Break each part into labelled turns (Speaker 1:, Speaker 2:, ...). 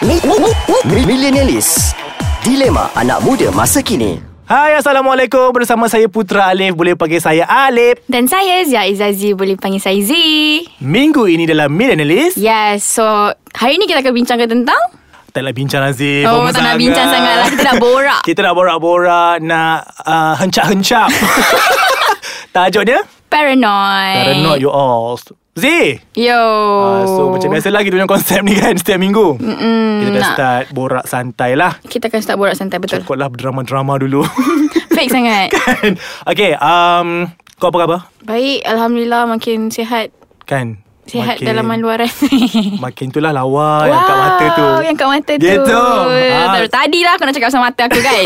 Speaker 1: Mi- mi- mi- mi- Millenialis Dilema anak muda masa kini
Speaker 2: Hai Assalamualaikum Bersama saya Putra Alif Boleh panggil saya Alif
Speaker 3: Dan saya Zia Izazi Boleh panggil saya Z
Speaker 2: Minggu ini dalam Millennialist
Speaker 3: Yes So Hari ni kita akan bincangkan tentang
Speaker 2: Tak nak bincang Aziz
Speaker 3: Oh, tak nak bincang sangat lah. Kita nak borak.
Speaker 2: Kita nak borak-borak Nak uh, hencap-hencap Tajuk dia
Speaker 3: Paranoid
Speaker 2: Paranoid you all Zee
Speaker 3: Yo
Speaker 2: Uh, so macam biasa lagi Kita punya konsep ni kan Setiap minggu Mm-mm, Kita dah
Speaker 3: nak.
Speaker 2: start Borak santai lah
Speaker 3: Kita akan start borak santai Betul
Speaker 2: Cukup lah drama-drama dulu
Speaker 3: Baik sangat
Speaker 2: Kan Okay um, Kau apa khabar?
Speaker 3: Baik Alhamdulillah Makin sihat
Speaker 2: Kan
Speaker 3: Sihat
Speaker 2: Makin-
Speaker 3: dalam luaran
Speaker 2: Makin tu lah lawa Yang kat mata tu Ah.
Speaker 3: Yang kat mata
Speaker 2: Dia
Speaker 3: tu Eh,
Speaker 2: tu
Speaker 3: Tahu, Tadi lah aku nak cakap pasal mata aku kan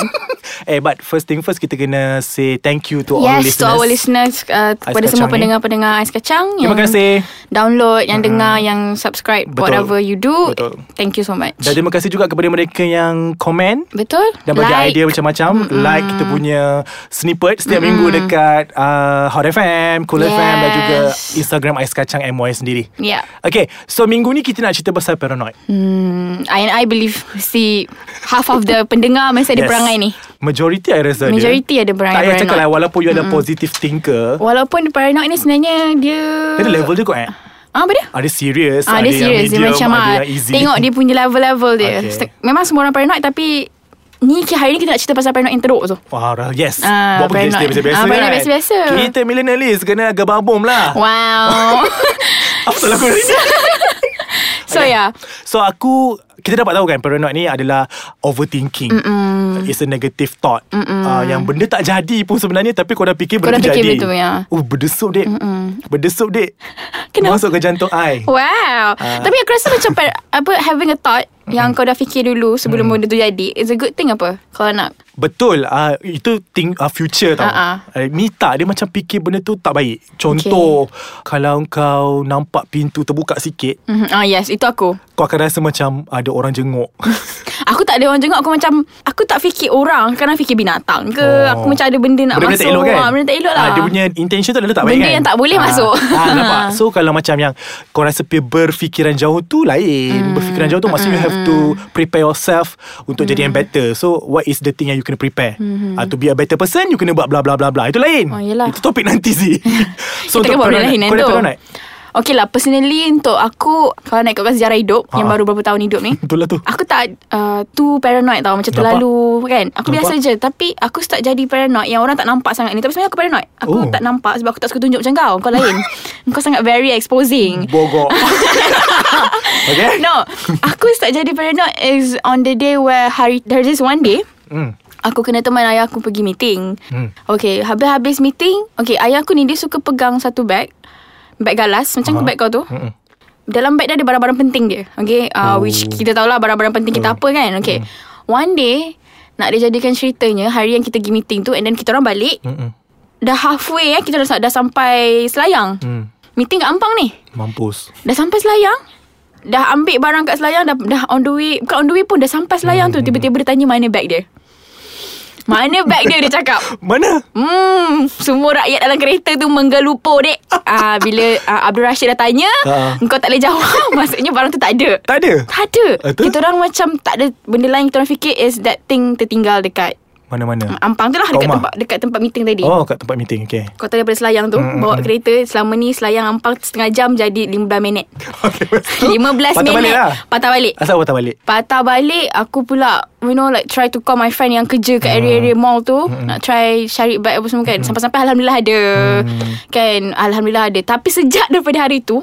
Speaker 2: Eh but first thing first Kita kena say Thank you to all Oh,
Speaker 3: Yes
Speaker 2: listeners
Speaker 3: to our listeners uh, Kepada
Speaker 2: Kacang
Speaker 3: semua
Speaker 2: ni.
Speaker 3: pendengar-pendengar Ais Kacang
Speaker 2: Terima
Speaker 3: yang
Speaker 2: kasih
Speaker 3: Download Yang dengar Yang subscribe
Speaker 2: Betul.
Speaker 3: Whatever you do
Speaker 2: Betul.
Speaker 3: Thank you so much
Speaker 2: Dan terima kasih juga kepada mereka yang komen
Speaker 3: Betul
Speaker 2: dan bagi
Speaker 3: Like.
Speaker 2: idea macam-macam mm-hmm. Like kita punya Snippet setiap mm-hmm. minggu Dekat uh, Hot FM Cool
Speaker 3: Yes.
Speaker 2: FM Dan juga Instagram Ais Kacang MY sendiri
Speaker 3: Yeah.
Speaker 2: Okay So minggu ni kita nak cerita Pasal paranoid
Speaker 3: Hmm, I and I believe si half of the pendengar masih ada yes. perangai ni.
Speaker 2: Majority I rasa dia.
Speaker 3: Majority ada perangai
Speaker 2: Tak payah cakap lah
Speaker 3: paranoid.
Speaker 2: Walaupun you ada positive thinker
Speaker 3: Walaupun paranoid ni sebenarnya dia
Speaker 2: Dia ada level dia kot eh
Speaker 3: Ah, apa dia?
Speaker 2: Ada serious
Speaker 3: Ah,
Speaker 2: yang
Speaker 3: dia serius Dia
Speaker 2: medium,
Speaker 3: macam
Speaker 2: Ada
Speaker 3: ah,
Speaker 2: yang easy
Speaker 3: Tengok dia punya level-level dia
Speaker 2: Okay.
Speaker 3: okay. Memang semua orang paranoid Tapi Ni ki- hari ni kita nak cerita pasal paranoid yang teruk tu
Speaker 2: Wah, Rah- yes.
Speaker 3: Ah,
Speaker 2: Buat pergi
Speaker 3: paranoid.
Speaker 2: stay biasa-biasa
Speaker 3: Ah, paranoid
Speaker 2: kan?
Speaker 3: biasa-biasa.
Speaker 2: Kita millennialist kena agak babom lah.
Speaker 3: Wow
Speaker 2: Apa tak laku ni?
Speaker 3: So okay. yeah
Speaker 2: So aku kita dapat tahu kan paranoid ni adalah overthinking. Mm-mm. It's a negative thought. Uh, yang benda tak jadi pun sebenarnya tapi kau dah fikir
Speaker 3: Kau
Speaker 2: benda tu
Speaker 3: dah fikir
Speaker 2: jadi.
Speaker 3: benda tu, ya.
Speaker 2: Oh, berdesup dek. Mm-mm. Berdesup dek.
Speaker 3: Kenapa?
Speaker 2: Masuk ke jantung I. Ah.
Speaker 3: Wow uh. Tapi aku rasa macam par- apa Having a thought Yang kau dah fikir dulu Sebelum
Speaker 2: Mm.
Speaker 3: benda tu jadi Is a good thing apa Kalau nak
Speaker 2: Betul uh, Itu think, uh, future tau
Speaker 3: Ah,
Speaker 2: uh-uh. uh, Ni tak Dia macam fikir benda tu tak baik Contoh okay. Kalau kau nampak pintu terbuka sikit
Speaker 3: Mhm. Ah yes Itu aku
Speaker 2: Kau akan rasa macam Ada orang jenguk
Speaker 3: Aku tak ada orang jenguk Aku macam Aku tak fikir orang Kadang fikir binatang ke oh. Aku macam ada benda nak
Speaker 2: Benda-benda
Speaker 3: masuk
Speaker 2: tak elok kan
Speaker 3: Ah, Benda tak elok lah
Speaker 2: Ah, Dia punya intention tu adalah tak baik
Speaker 3: Benda
Speaker 2: kan
Speaker 3: yang tak boleh
Speaker 2: Ah,
Speaker 3: masuk.
Speaker 2: ah, Nampak So kalau macam yang Kau rasa pi- berfikiran jauh tu
Speaker 3: Hmm.
Speaker 2: lain Berfikiran jauh tu Maksudnya you have to Prepare yourself Untuk jadi
Speaker 3: Hmm.
Speaker 2: yang better So what is the thing Yang you kena prepare Ah, To be a better person You kena buat bla bla bla bla Itu lain
Speaker 3: Oh, yelah.
Speaker 2: Itu topik nanti sih So
Speaker 3: Kita
Speaker 2: untuk
Speaker 3: kan buat benda
Speaker 2: paranoid,
Speaker 3: lain kan
Speaker 2: Kau ada
Speaker 3: tu
Speaker 2: paranoid
Speaker 3: Okay lah Personally untuk aku Kalau nak ikutkan sejarah hidup
Speaker 2: Ah.
Speaker 3: Yang baru beberapa tahun hidup ni
Speaker 2: Itulah lah tu
Speaker 3: Aku tak uh, Too paranoid tau Macam
Speaker 2: Nampak?
Speaker 3: terlalu kan Aku
Speaker 2: Nampak?
Speaker 3: biasa je Tapi aku start jadi paranoid Yang orang tak nampak sangat ni Tapi sebenarnya aku paranoid Aku
Speaker 2: Oh.
Speaker 3: tak nampak Sebab aku tak suka tunjuk macam kau Kau lain Kau sangat very exposing
Speaker 2: Bogor Hmm. Okay
Speaker 3: No Aku start jadi paranoid Is on the day where hari, There's this one day
Speaker 2: Hmm.
Speaker 3: Aku kena teman ayah aku pergi meeting
Speaker 2: Hmm.
Speaker 3: Okay Habis-habis meeting Okay ayah aku ni Dia suka pegang satu bag Bag galas Macam uh-huh. bag kau tu
Speaker 2: Mm-mm.
Speaker 3: Dalam bag dia ada barang-barang penting dia Okay uh,
Speaker 2: Hmm. Oh. Hmm.
Speaker 3: Which kita tahulah Barang-barang penting kita apa kan Okay One day Nak dia jadikan ceritanya Hari yang kita pergi meeting tu And then kita orang balik
Speaker 2: Mm-mm.
Speaker 3: Dah halfway eh Kita dah, dah sampai Selayang
Speaker 2: Hmm.
Speaker 3: Meeting kat Ampang ni
Speaker 2: Mampus
Speaker 3: Dah sampai Selayang Dah ambil barang kat Selayang Dah, dah on the way Bukan on the way pun Dah sampai Selayang
Speaker 2: Hmm.
Speaker 3: tu Tiba-tiba dia tanya Mana bag dia Mana bag dia Dia cakap
Speaker 2: Mana?
Speaker 3: Hmm Semua rakyat dalam kereta tu Menggelupo dek Ah Bila ah, Abdul Rashid dah tanya
Speaker 2: Ha.
Speaker 3: Engkau tak boleh jawab Maksudnya barang tu tak ada
Speaker 2: Tak ada
Speaker 3: Tak ada
Speaker 2: Ah, tu?
Speaker 3: Kita orang macam Tak ada benda lain Kita orang fikir Is that thing tertinggal dekat
Speaker 2: Mana-mana
Speaker 3: Ampang tu lah
Speaker 2: Kat
Speaker 3: Dekat
Speaker 2: rumah?
Speaker 3: tempat, dekat tempat meeting tadi
Speaker 2: Oh Hmm, kat tempat meeting Okay
Speaker 3: Kota daripada Selayang tu mm, Bawa kereta Selama ni Selayang Ampang Setengah jam jadi 15 minit
Speaker 2: Okay, lepas tu,
Speaker 3: 15
Speaker 2: patah
Speaker 3: minit
Speaker 2: balik lah.
Speaker 3: Patah balik
Speaker 2: Asal awak tak balik?
Speaker 3: Patah balik Aku pula You know like Try to call my friend Yang kerja
Speaker 2: Hmm.
Speaker 3: kat area-area mall tu Nak try cari bag apa semua kan Sampai-sampai Alhamdulillah ada
Speaker 2: Hmm.
Speaker 3: Kan Alhamdulillah ada Tapi sejak daripada hari tu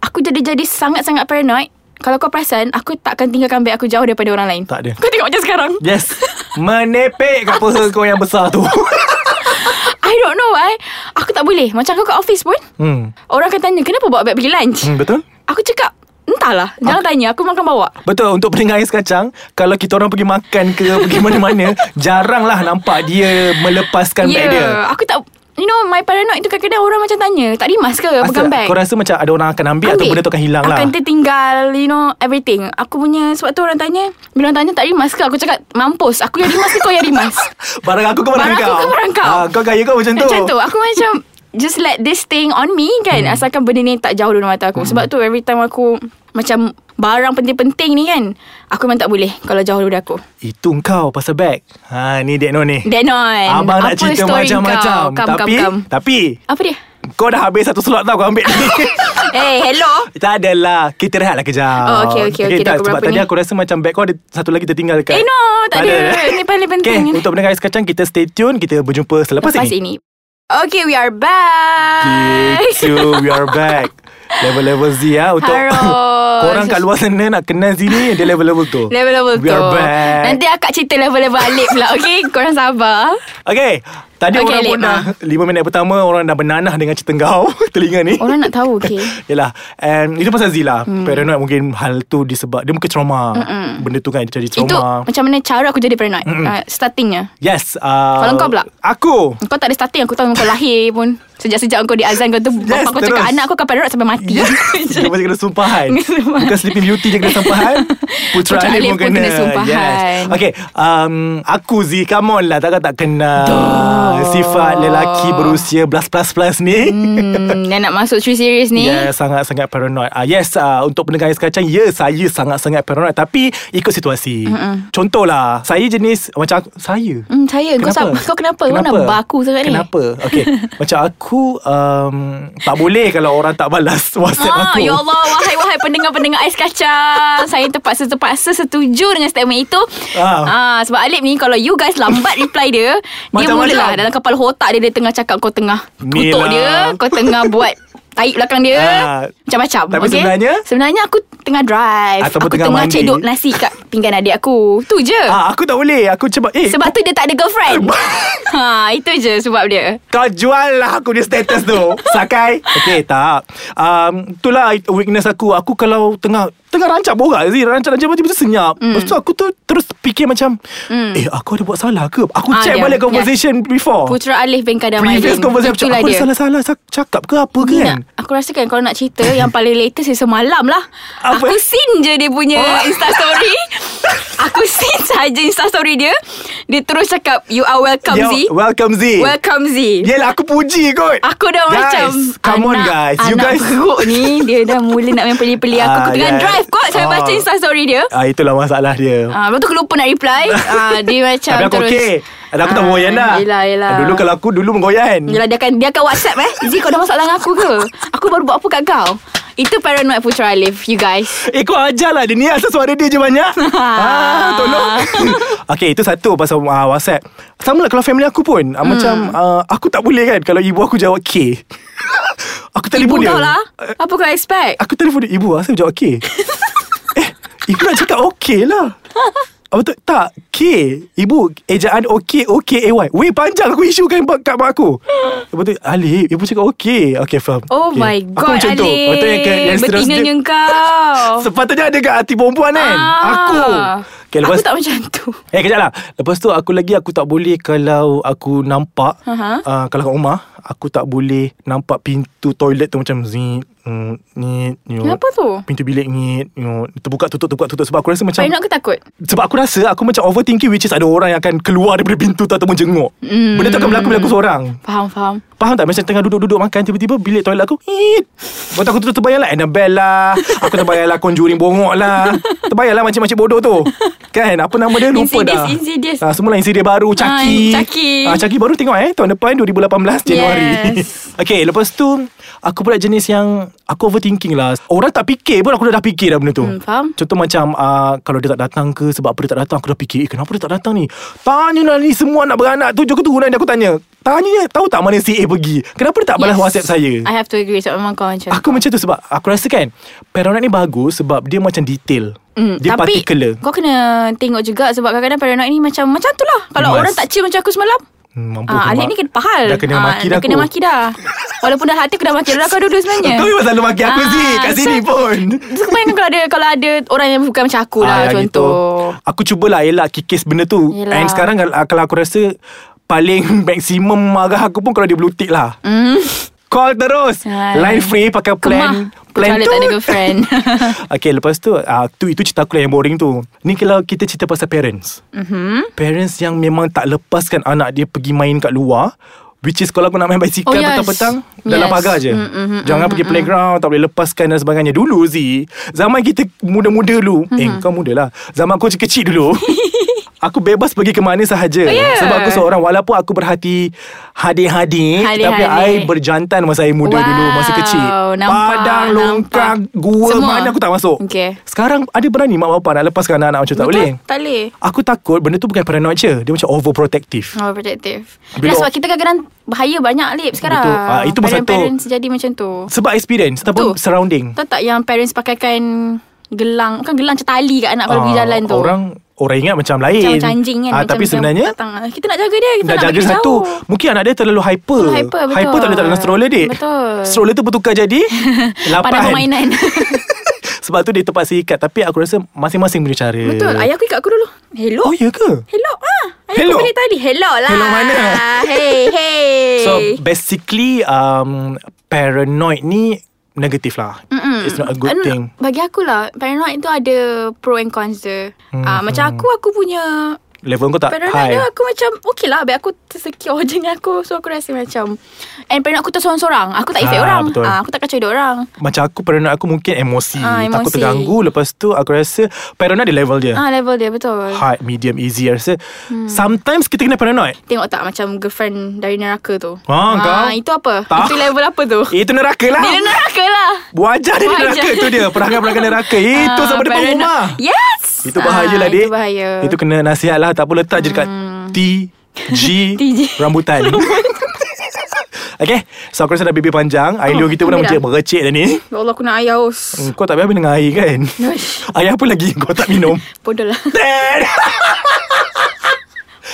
Speaker 3: Aku jadi-jadi sangat-sangat paranoid Kalau kau perasan Aku takkan tinggalkan bag aku jauh daripada orang lain
Speaker 2: Tak ada. Ya.
Speaker 3: Kau tengok macam sekarang
Speaker 2: Yes Menepek kat pulsa kau yang besar tu
Speaker 3: I don't know why Aku tak boleh Macam aku kat office pun
Speaker 2: hmm.
Speaker 3: Orang akan tanya Kenapa bawa bag pergi lunch
Speaker 2: hmm Betul?
Speaker 3: Aku cakap Entahlah Jangan tanya Aku makan bawa
Speaker 2: Betul untuk pendengar ais kacang Kalau kita orang pergi makan ke Pergi mana-mana Jaranglah nampak dia Melepaskan Kan beg dia
Speaker 3: Ya, Aku tak You know my paranoid tu kadang-kadang orang macam tanya Tak rimas ke pegang bag
Speaker 2: Kau rasa macam ada orang akan ambil, Atau benda tu akan hilang lah
Speaker 3: Akan tertinggal You know everything Aku punya Sebab tu orang tanya Bila orang tanya tak rimas ke Aku cakap mampus Aku yang rimas ke kau yang rimas
Speaker 2: Barang aku ke barang,
Speaker 3: Barang
Speaker 2: kau
Speaker 3: aku ke barang kau.
Speaker 2: Ah, Kau gaya kau macam tu Hmm.
Speaker 3: Macam tu Aku macam Just let this thing on me kan Asalkan benda ni tak jauh dari mata aku Sebab tu every time aku Macam barang penting-penting ni kan Aku memang tak boleh Kalau jauh daripada aku
Speaker 2: Itu kau pasal beg ha, Ni Dek Noh ni
Speaker 3: Denon
Speaker 2: Abang nak cerita macam-macam
Speaker 3: Kam,
Speaker 2: Tapi
Speaker 3: kam, kam.
Speaker 2: Tapi
Speaker 3: Apa dia?
Speaker 2: Kau dah habis satu slot tau Kau ambil ni
Speaker 3: Eh, hello
Speaker 2: Tak adalah Kita rehat lah kejap
Speaker 3: Oh, okey, okey, okey.
Speaker 2: tak,
Speaker 3: Dah pukul
Speaker 2: Sebab
Speaker 3: berapa
Speaker 2: tadi
Speaker 3: ni?
Speaker 2: aku rasa macam Beg kau ada Satu lagi tertinggal dekat
Speaker 3: Eh no, tak ada. Ini paling penting
Speaker 2: Okay
Speaker 3: ni.
Speaker 2: untuk pendengar Ais Kacang Kita stay tune Kita berjumpa selepas,
Speaker 3: Lepas
Speaker 2: ini
Speaker 3: ini. Okay, we are back.
Speaker 2: Gitu We are back Level-level Z ya Untuk
Speaker 3: Harus.
Speaker 2: Korang kat luar sana Nak kenal Z ni Dia level-level tu
Speaker 3: Level-level
Speaker 2: We
Speaker 3: tu.
Speaker 2: are back
Speaker 3: Nanti akak cerita level-level Alip pula. Okay, korang sabar.
Speaker 2: Okay Tadi
Speaker 3: Okay,
Speaker 2: orang pun
Speaker 3: Lema.
Speaker 2: dah 5 minit pertama Orang dah bernanah Dengan cerita kau Telinga ni
Speaker 3: Orang nak tahu, okay.
Speaker 2: Yalah And itu pasal Z lah hmm. Paranoid mungkin Hal tu disebab Dia mungkin trauma Mm-mm. Benda tu kan Jadi
Speaker 3: Itu
Speaker 2: trauma
Speaker 3: macam mana cara aku jadi paranoid. Uh, startingnya.
Speaker 2: Yes uh,
Speaker 3: Kalau kau pula?
Speaker 2: Aku
Speaker 3: Kau tak ada starting Aku tahu kau lahir pun Sejak-sejak kau diazan Kau tu yes, Bapak kau
Speaker 2: terus.
Speaker 3: cakap Anak kau akan paranoid sampai mati
Speaker 2: Yes. Dia macam kena sumpahan
Speaker 3: Sumpahan.
Speaker 2: Bukan Sleeping Beauty je kena sumpahan Putra,
Speaker 3: Putra
Speaker 2: Alif pun kena,
Speaker 3: sumpahan.
Speaker 2: yes. Okay um, Aku Z Come on lah Takkan tak kenal Sifat lelaki berusia Plus plus plus ni
Speaker 3: hmm, Yang nak masuk True series ni
Speaker 2: Ya, yeah, sangat-sangat paranoid. Ah uh, yes, uh, untuk pendengar yang sekacang, ya yeah, saya sangat-sangat paranoid tapi ikut situasi. Mm-mm. Contohlah, saya jenis macam aku- saya.
Speaker 3: Hmm, saya kau kenapa? kau kenapa? Kau nak baku sangat ni?
Speaker 2: Kenapa? Okey. macam aku um, tak boleh kalau orang tak balas WhatsApp
Speaker 3: Ah,
Speaker 2: aku.
Speaker 3: ya Allah, wahai wahai pendengar-pendengar ais kacang. Saya terpaksa terpaksa setuju dengan statement itu.
Speaker 2: Ah.
Speaker 3: Ah, sebab Alip ni kalau you guys lambat reply dia, dia
Speaker 2: Macam-macam.
Speaker 3: mulalah dalam kepala otak dia dia tengah cakap kau tengah
Speaker 2: Ni lah.
Speaker 3: kutuk dia, kau tengah buat taik belakang dia.
Speaker 2: Ah.
Speaker 3: Macam-macam.
Speaker 2: Tapi
Speaker 3: okay?
Speaker 2: sebenarnya?
Speaker 3: sebenarnya aku tengah drive.
Speaker 2: Ataupun
Speaker 3: aku
Speaker 2: tengah
Speaker 3: tengah
Speaker 2: mandi.
Speaker 3: cedok nasi kat pinggan adik aku. Tu je.
Speaker 2: Ah, aku tak boleh. Aku cuba eh
Speaker 3: Sebab tu dia tak ada girlfriend. ha, itu je sebab dia.
Speaker 2: Kau jual lah aku di status tu Sakai Okay tak um, Itulah weakness aku Aku kalau tengah Tengah rancak borak Zee Rancak-rancak macam tu senyap mm.
Speaker 3: Hmm.
Speaker 2: Lepas tu aku tu Terus fikir macam mm. Eh aku ada buat salah ke Aku
Speaker 3: Ah,
Speaker 2: check
Speaker 3: dia.
Speaker 2: balik conversation before
Speaker 3: Putra Alif bin Kadam
Speaker 2: Previous
Speaker 3: Alim.
Speaker 2: conversation
Speaker 3: Itulah
Speaker 2: Aku ada
Speaker 3: dia.
Speaker 2: salah-salah sa- Cakap ke apa
Speaker 3: Ni
Speaker 2: ke kan
Speaker 3: nak, aku rasa kan kalau nak cerita yang paling latest is semalam lah.
Speaker 2: Apa?
Speaker 3: Apa? Aku sin je dia punya
Speaker 2: Oh.
Speaker 3: oh. Insta story. aku sin saja Insta story dia. Dia terus cakap you are welcome
Speaker 2: Yo,
Speaker 3: Z.
Speaker 2: Ya, Welcome Z
Speaker 3: Welcome Z.
Speaker 2: Yelah aku puji kot
Speaker 3: Aku dah
Speaker 2: guys,
Speaker 3: macam
Speaker 2: Come on
Speaker 3: anak-
Speaker 2: guys You
Speaker 3: anak
Speaker 2: guys
Speaker 3: perut ni Dia dah mula nak main peli-peli Aku
Speaker 2: Ah,
Speaker 3: aku tengah
Speaker 2: yes.
Speaker 3: drive kot Saya
Speaker 2: Oh.
Speaker 3: baca Insta story dia
Speaker 2: Ah itulah masalah dia.
Speaker 3: Ah, lepas tu aku lupa nak reply ah, Dia macam
Speaker 2: Tapi aku
Speaker 3: terus
Speaker 2: okey. Ada aku tak
Speaker 3: Ah,
Speaker 2: bergoyan dah. Ah,
Speaker 3: Yelah yelah
Speaker 2: Dulu kan kalau aku dulu menggoyan.
Speaker 3: Yelah dia akan Dia akan whatsapp eh Z kau ada masalah dengan aku ke Aku baru buat apa kat kau Itu paranoid Putra Alif You guys
Speaker 2: Eh kau ajar lah dia ni Asal suara dia je banyak ah, Tolong Okay itu satu pasal uh, whatsapp Sama lah kalau family aku pun uh, Macam
Speaker 3: Hmm.
Speaker 2: uh, Aku tak boleh kan Kalau ibu aku jawab K Aku telefon dia
Speaker 3: Ibu kau lah Apa kau expect
Speaker 2: Aku telefon dia Ibu asal jawab K Eh Ibu nak cakap okay lah Apa tu? Tak K Ibu Ejaan OK OK AY Weh panjang aku isukan ba- kat mak aku Lepas tu Alif Ibu cakap okay Okay faham
Speaker 3: Oh
Speaker 2: okay.
Speaker 3: my
Speaker 2: Aku
Speaker 3: god
Speaker 2: macam
Speaker 3: Alif
Speaker 2: tu Lepas tu yang, ke- yang seterusnya
Speaker 3: Betinanya kau
Speaker 2: Sepatutnya ada kat hati perempuan kan
Speaker 3: Ah.
Speaker 2: Aku okay, lepas,
Speaker 3: Aku tak macam tu
Speaker 2: Eh kejap lah Lepas tu aku lagi Aku tak boleh Kalau aku nampak
Speaker 3: Aha.
Speaker 2: uh, Kalau kat rumah Aku tak boleh Nampak pintu toilet tu Macam zit mm, Ni nyut.
Speaker 3: Kenapa tu?
Speaker 2: Pintu bilik ni nyut. Terbuka tutup Terbuka tutup Sebab aku rasa macam
Speaker 3: Paranoid ke takut
Speaker 2: Sebab aku rasa Aku macam overthinking Which is ada orang yang akan Keluar daripada pintu tu Ataupun jenguk mm.
Speaker 3: Hmm.
Speaker 2: Benda tu akan berlaku-berlaku seorang
Speaker 3: Faham faham
Speaker 2: Faham tak Macam tengah duduk-duduk makan Tiba-tiba bilik toilet aku Eat Lepas tu aku tu terbayang lah Annabelle lah Aku terbayang lah Conjuring bongok lah Terbayang lah macam-macam bodoh tu Kan Apa nama dia Lupa
Speaker 3: Insidious,
Speaker 2: dah
Speaker 3: Insidious.
Speaker 2: ah, Semualah insidious baru Caki
Speaker 3: Ah, Chucky.
Speaker 2: ah, Caki baru tengok eh Tahun depan 2018 Januari
Speaker 3: Yes.
Speaker 2: Okay lepas tu Aku pula jenis yang Aku overthinking lah Orang tak fikir pun Aku dah, dah fikir dah benda tu
Speaker 3: Hmm, faham.
Speaker 2: Contoh macam uh, Kalau dia tak datang ke Sebab apa dia tak datang Aku dah fikir eh, Kenapa dia tak datang ni Tanya lah ni Semua anak beranak tu Juga turunan dia aku tanya Tanya dia Tahu tak mana si A pergi Kenapa dia tak balas
Speaker 3: Yes.
Speaker 2: whatsapp saya
Speaker 3: I have to agree Sebab memang kau macam
Speaker 2: Aku macam tu sebab Aku rasa kan Paranoid ni bagus Sebab dia macam detail
Speaker 3: Mm,
Speaker 2: Dia
Speaker 3: tapi
Speaker 2: particular
Speaker 3: kau kena tengok juga sebab kadang-kadang paranoid ni macam macam tu lah. Kalau
Speaker 2: Yes.
Speaker 3: orang tak chill macam aku semalam.
Speaker 2: Hmm, mampu aku
Speaker 3: Ah, Alif
Speaker 2: mak-
Speaker 3: ni kena pahal.
Speaker 2: Dah kena
Speaker 3: Ah,
Speaker 2: maki dah
Speaker 3: Dah kena
Speaker 2: aku.
Speaker 3: maki dah. Walaupun dah hati aku dah maki dah kau dulu sebenarnya.
Speaker 2: Kau memang selalu maki aku
Speaker 3: Ah,
Speaker 2: sih Kat sini
Speaker 3: so-
Speaker 2: pun
Speaker 3: So, kau bayangkan kalau ada kalau ada orang yang bukan macam aku lah
Speaker 2: Ah, yang
Speaker 3: contoh.
Speaker 2: gitu. Aku cubalah elak kikis benda tu
Speaker 3: Yelah.
Speaker 2: And sekarang kalau- kalau aku rasa Paling maksimum marah aku pun Kalau dia blue tick lah
Speaker 3: Hmm.
Speaker 2: Call terus
Speaker 3: Hai.
Speaker 2: Line free pakai plan
Speaker 3: Kemah.
Speaker 2: Plan
Speaker 3: Kecuali
Speaker 2: tu
Speaker 3: tak ada girlfriend.
Speaker 2: Okay lepas tu uh, tu Itu cerita aku lah yang boring tu Ni kalau kita cerita
Speaker 3: Mhm.
Speaker 2: pasal parents mm-hmm. Parents yang memang tak lepaskan anak dia Pergi main kat luar Which is kalau aku nak main basikal
Speaker 3: Oh,
Speaker 2: oh,
Speaker 3: yes.
Speaker 2: petang-petang Dalam
Speaker 3: Yes.
Speaker 2: pagar je
Speaker 3: Mm, mm, mm,
Speaker 2: Jangan pergi playground Tak boleh lepaskan dan sebagainya Dulu Z Zaman kita muda-muda dulu Eh
Speaker 3: Mm-hmm.
Speaker 2: kau muda lah Zaman aku kecil dulu Aku bebas pergi ke mana sahaja oh,
Speaker 3: yeah.
Speaker 2: Sebab aku seorang Walaupun aku berhati Hadi-hadi
Speaker 3: Hadik-hadik.
Speaker 2: Tapi I berjantan Masa I muda
Speaker 3: Wow,
Speaker 2: dulu Masa kecil
Speaker 3: nampak,
Speaker 2: Padang, longkang
Speaker 3: nampak.
Speaker 2: Gua
Speaker 3: Semua.
Speaker 2: mana aku tak masuk
Speaker 3: Okay.
Speaker 2: Sekarang ada berani mak bapak Nak lepaskan anak-anak macam tu? tak
Speaker 3: Betul?
Speaker 2: boleh
Speaker 3: Tak boleh
Speaker 2: Aku takut benda tu bukan paranoid je Dia macam overprotective
Speaker 3: Oh, protective.
Speaker 2: Bila-
Speaker 3: Bila sebab kita kadang-kadang bahaya banyak lip sekarang.
Speaker 2: Betul. Ah, itu pasal tu. Hmm.
Speaker 3: Parents jadi macam tu.
Speaker 2: Sebab experience Ataupun
Speaker 3: Betul.
Speaker 2: surrounding
Speaker 3: Tahu tak yang parents pakaikan gelang, bukan gelang macam tali kat anak kalau
Speaker 2: Ah,
Speaker 3: pergi jalan tu.
Speaker 2: Orang Orang ingat macam lain
Speaker 3: macam, macam anjing kan.
Speaker 2: Ah,
Speaker 3: macam
Speaker 2: Tapi
Speaker 3: yang
Speaker 2: sebenarnya
Speaker 3: datang. Ah, Kita nak jaga dia, kita
Speaker 2: Dah
Speaker 3: nak
Speaker 2: jaga
Speaker 3: bagi
Speaker 2: satu
Speaker 3: jauh.
Speaker 2: Mungkin anak dia terlalu hyper
Speaker 3: Terlalu hyper, betul.
Speaker 2: Hyper tak boleh tak dalam stroller dik
Speaker 3: Betul.
Speaker 2: Stroller tu bertukar jadi Lapan
Speaker 3: Pada permainan.
Speaker 2: Sebab tu dia terpaksa ikat Tapi aku rasa Masing-masing punya cara
Speaker 3: Betul. Ayah aku ikat aku dulu. Hello.
Speaker 2: Oh ya ke?
Speaker 3: Hello ah. Ayah
Speaker 2: Hello.
Speaker 3: aku beli tali. Hello lah.
Speaker 2: Hello mana?
Speaker 3: Hey, hey.
Speaker 2: So basically um, Paranoid ni Negatif lah Mm-mm. It's not a good
Speaker 3: An-
Speaker 2: thing
Speaker 3: Bagi akulah Paranoid tu ada Pro and cons dia hmm. Macam aku Aku punya
Speaker 2: Level kau tak
Speaker 3: Paranoid
Speaker 2: high
Speaker 3: dia Aku macam Okay lah Biar aku tersecure je dengan aku So aku rasa macam And paranoid aku tak seorang-seorang Aku tak efek
Speaker 2: Ah,
Speaker 3: orang
Speaker 2: betul.
Speaker 3: ah, Aku tak kacau hidup orang
Speaker 2: Macam aku paranoid aku mungkin emosi.
Speaker 3: Ah, emosi.
Speaker 2: Takut terganggu Lepas tu aku rasa Paranoid ada level dia
Speaker 3: Ah Level dia betul
Speaker 2: Hard, medium, easy Aku rasa hmm. Sometimes kita kena paranoid
Speaker 3: Tengok tak macam Girlfriend dari neraka tu
Speaker 2: Ah, kau?
Speaker 3: Itu apa?
Speaker 2: Tak.
Speaker 3: Itu level apa tu?
Speaker 2: Itu neraka lah
Speaker 3: Dia neraka lah
Speaker 2: Wajah dia
Speaker 3: Wajah.
Speaker 2: neraka tu dia Perangai-perangai neraka Itu
Speaker 3: Ah,
Speaker 2: sampai depan
Speaker 3: paranoid.
Speaker 2: rumah
Speaker 3: Yes
Speaker 2: Itu bahaya lah
Speaker 3: Ah,
Speaker 2: dik
Speaker 3: Itu bahaya Hmm.
Speaker 2: Itu kena nasihat lah Tak boleh letak je dekat T G
Speaker 3: TG.
Speaker 2: Rambutan Okay So aku rasa dah bibir panjang Ailu kita pun dah
Speaker 3: ambil dah.
Speaker 2: merecik- merecik dah ni Hmm,
Speaker 3: Ya Allah aku nak ayah haus
Speaker 2: Kau tak habis-habis dengan air kan
Speaker 3: Uish,
Speaker 2: Air apa lagi yang kau tak minum
Speaker 3: Bodoh lah
Speaker 2: Dead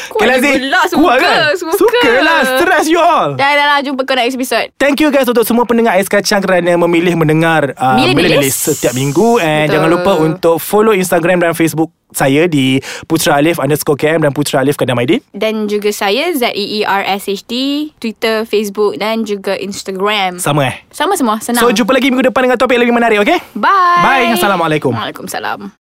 Speaker 3: Kuat
Speaker 2: Zee.
Speaker 3: gula
Speaker 2: Kuat kan?
Speaker 3: Suka Suka
Speaker 2: Suka lah Stress you all
Speaker 3: Dah dah lah Jumpa kau next episode
Speaker 2: Thank you guys untuk semua pendengar Ais Kacang kerana memilih mendengar uh,
Speaker 3: Millennialis.
Speaker 2: Millennialis setiap minggu and
Speaker 3: Betul.
Speaker 2: jangan lupa untuk follow Instagram dan Facebook saya di Putra Alif underscore KM dan Putra Alif Kadamaidin.
Speaker 3: Dan juga saya E Z-E-E-R-S-H-D Twitter, Facebook Dan juga Instagram
Speaker 2: Sama eh.
Speaker 3: Sama semua Senang
Speaker 2: So jumpa lagi minggu depan dengan topik yang lebih menarik okay?
Speaker 3: Bye
Speaker 2: Bye. Assalamualaikum.
Speaker 3: Waalaikumsalam